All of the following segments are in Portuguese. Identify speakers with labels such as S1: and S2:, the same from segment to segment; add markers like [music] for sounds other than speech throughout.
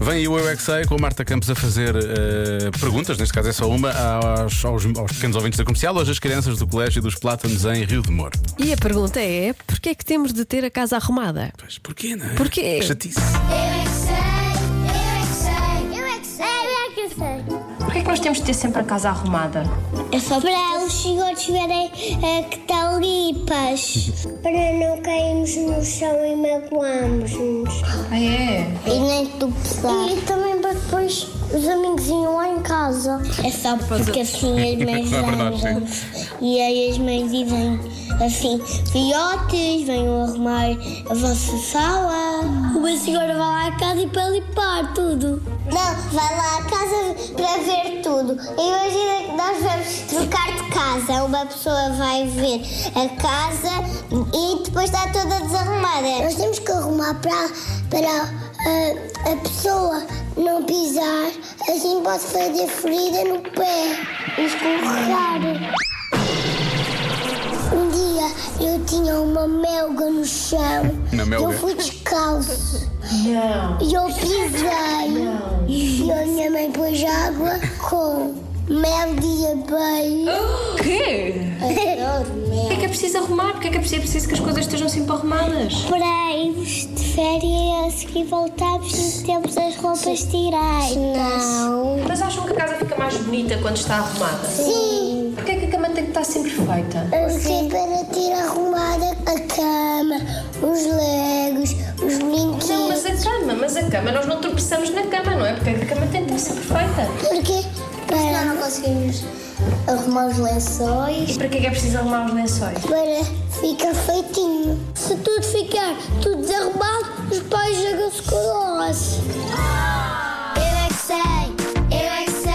S1: Vem aí o Eu é Que Sei, com a Marta Campos a fazer eh, perguntas, neste caso é só uma, aos, aos- aos pequenos ouvintes da comercial, hoje as crianças do Colégio dos Plátanos em Rio de Moro.
S2: E a pergunta é: porquê é que temos de ter a casa arrumada?
S1: Pois porquê, não é?
S2: Porquê?
S1: Chatice.
S3: Eu é que sei, eu é que sei, eu é que sei, eu é que sei.
S4: Porquê é que nós temos de ter sempre a casa arrumada?
S3: É só para os senhores verem é, que estão limpas. Para não cairmos no chão e magoarmos-nos.
S4: Ah, é?
S3: E nem tropeçar. E também para depois os amiguinhos lá em casa. É só
S1: [laughs]
S3: porque assim as mães
S1: É verdade,
S3: zangam. E aí as mães dizem assim, filhotes, venham arrumar a vossa sala. Uma senhora vai lá à casa e para limpar tudo. Não, vai lá à casa para ver tudo. Imagina que nós vamos trocar de casa. Uma pessoa vai ver a casa e depois está toda desarrumada. Nós temos que arrumar para, para ah, a pessoa não pisar, assim pode fazer ferida no pé e escorregar. Um dia eu tinha uma melga no chão.
S1: Uma melga?
S3: Eu fui descalço. E eu pisei. E a minha mãe pôs água com mel de abelha.
S4: O quê?
S3: Adoro mel.
S4: Porquê é que é preciso arrumar? Porquê é que é preciso, é preciso que as coisas estejam sempre arrumadas?
S3: para irmos de férias e a seguir voltarmos e temos as roupas tiradas. Não.
S4: Mas acham que a casa fica mais bonita quando está arrumada?
S3: Sim.
S4: Porquê é que a cama tem que estar sempre feita?
S3: Porque para ter arrumada a cama, os legos, os
S4: Não,
S3: brinquedos.
S4: mas a cama, mas a cama, nós não tropeçamos na cama, não é? Porquê é que a cama tem que estar sempre feita?
S3: Porque para não conseguimos arrumar os lençóis.
S4: E para que é que é preciso arrumar os lençóis?
S3: Para ficar feitinho. Se tudo ficar tudo desarrumado, os pais jogam-se com nós. Eu é que sei, eu é que sei,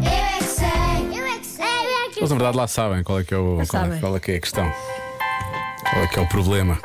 S3: eu é que sei, eu é que sei, eu é que
S1: Eles na verdade lá sabem qual é que é, o, qual, é-
S2: sabem.
S1: qual é que é a questão. Qual é que é o problema.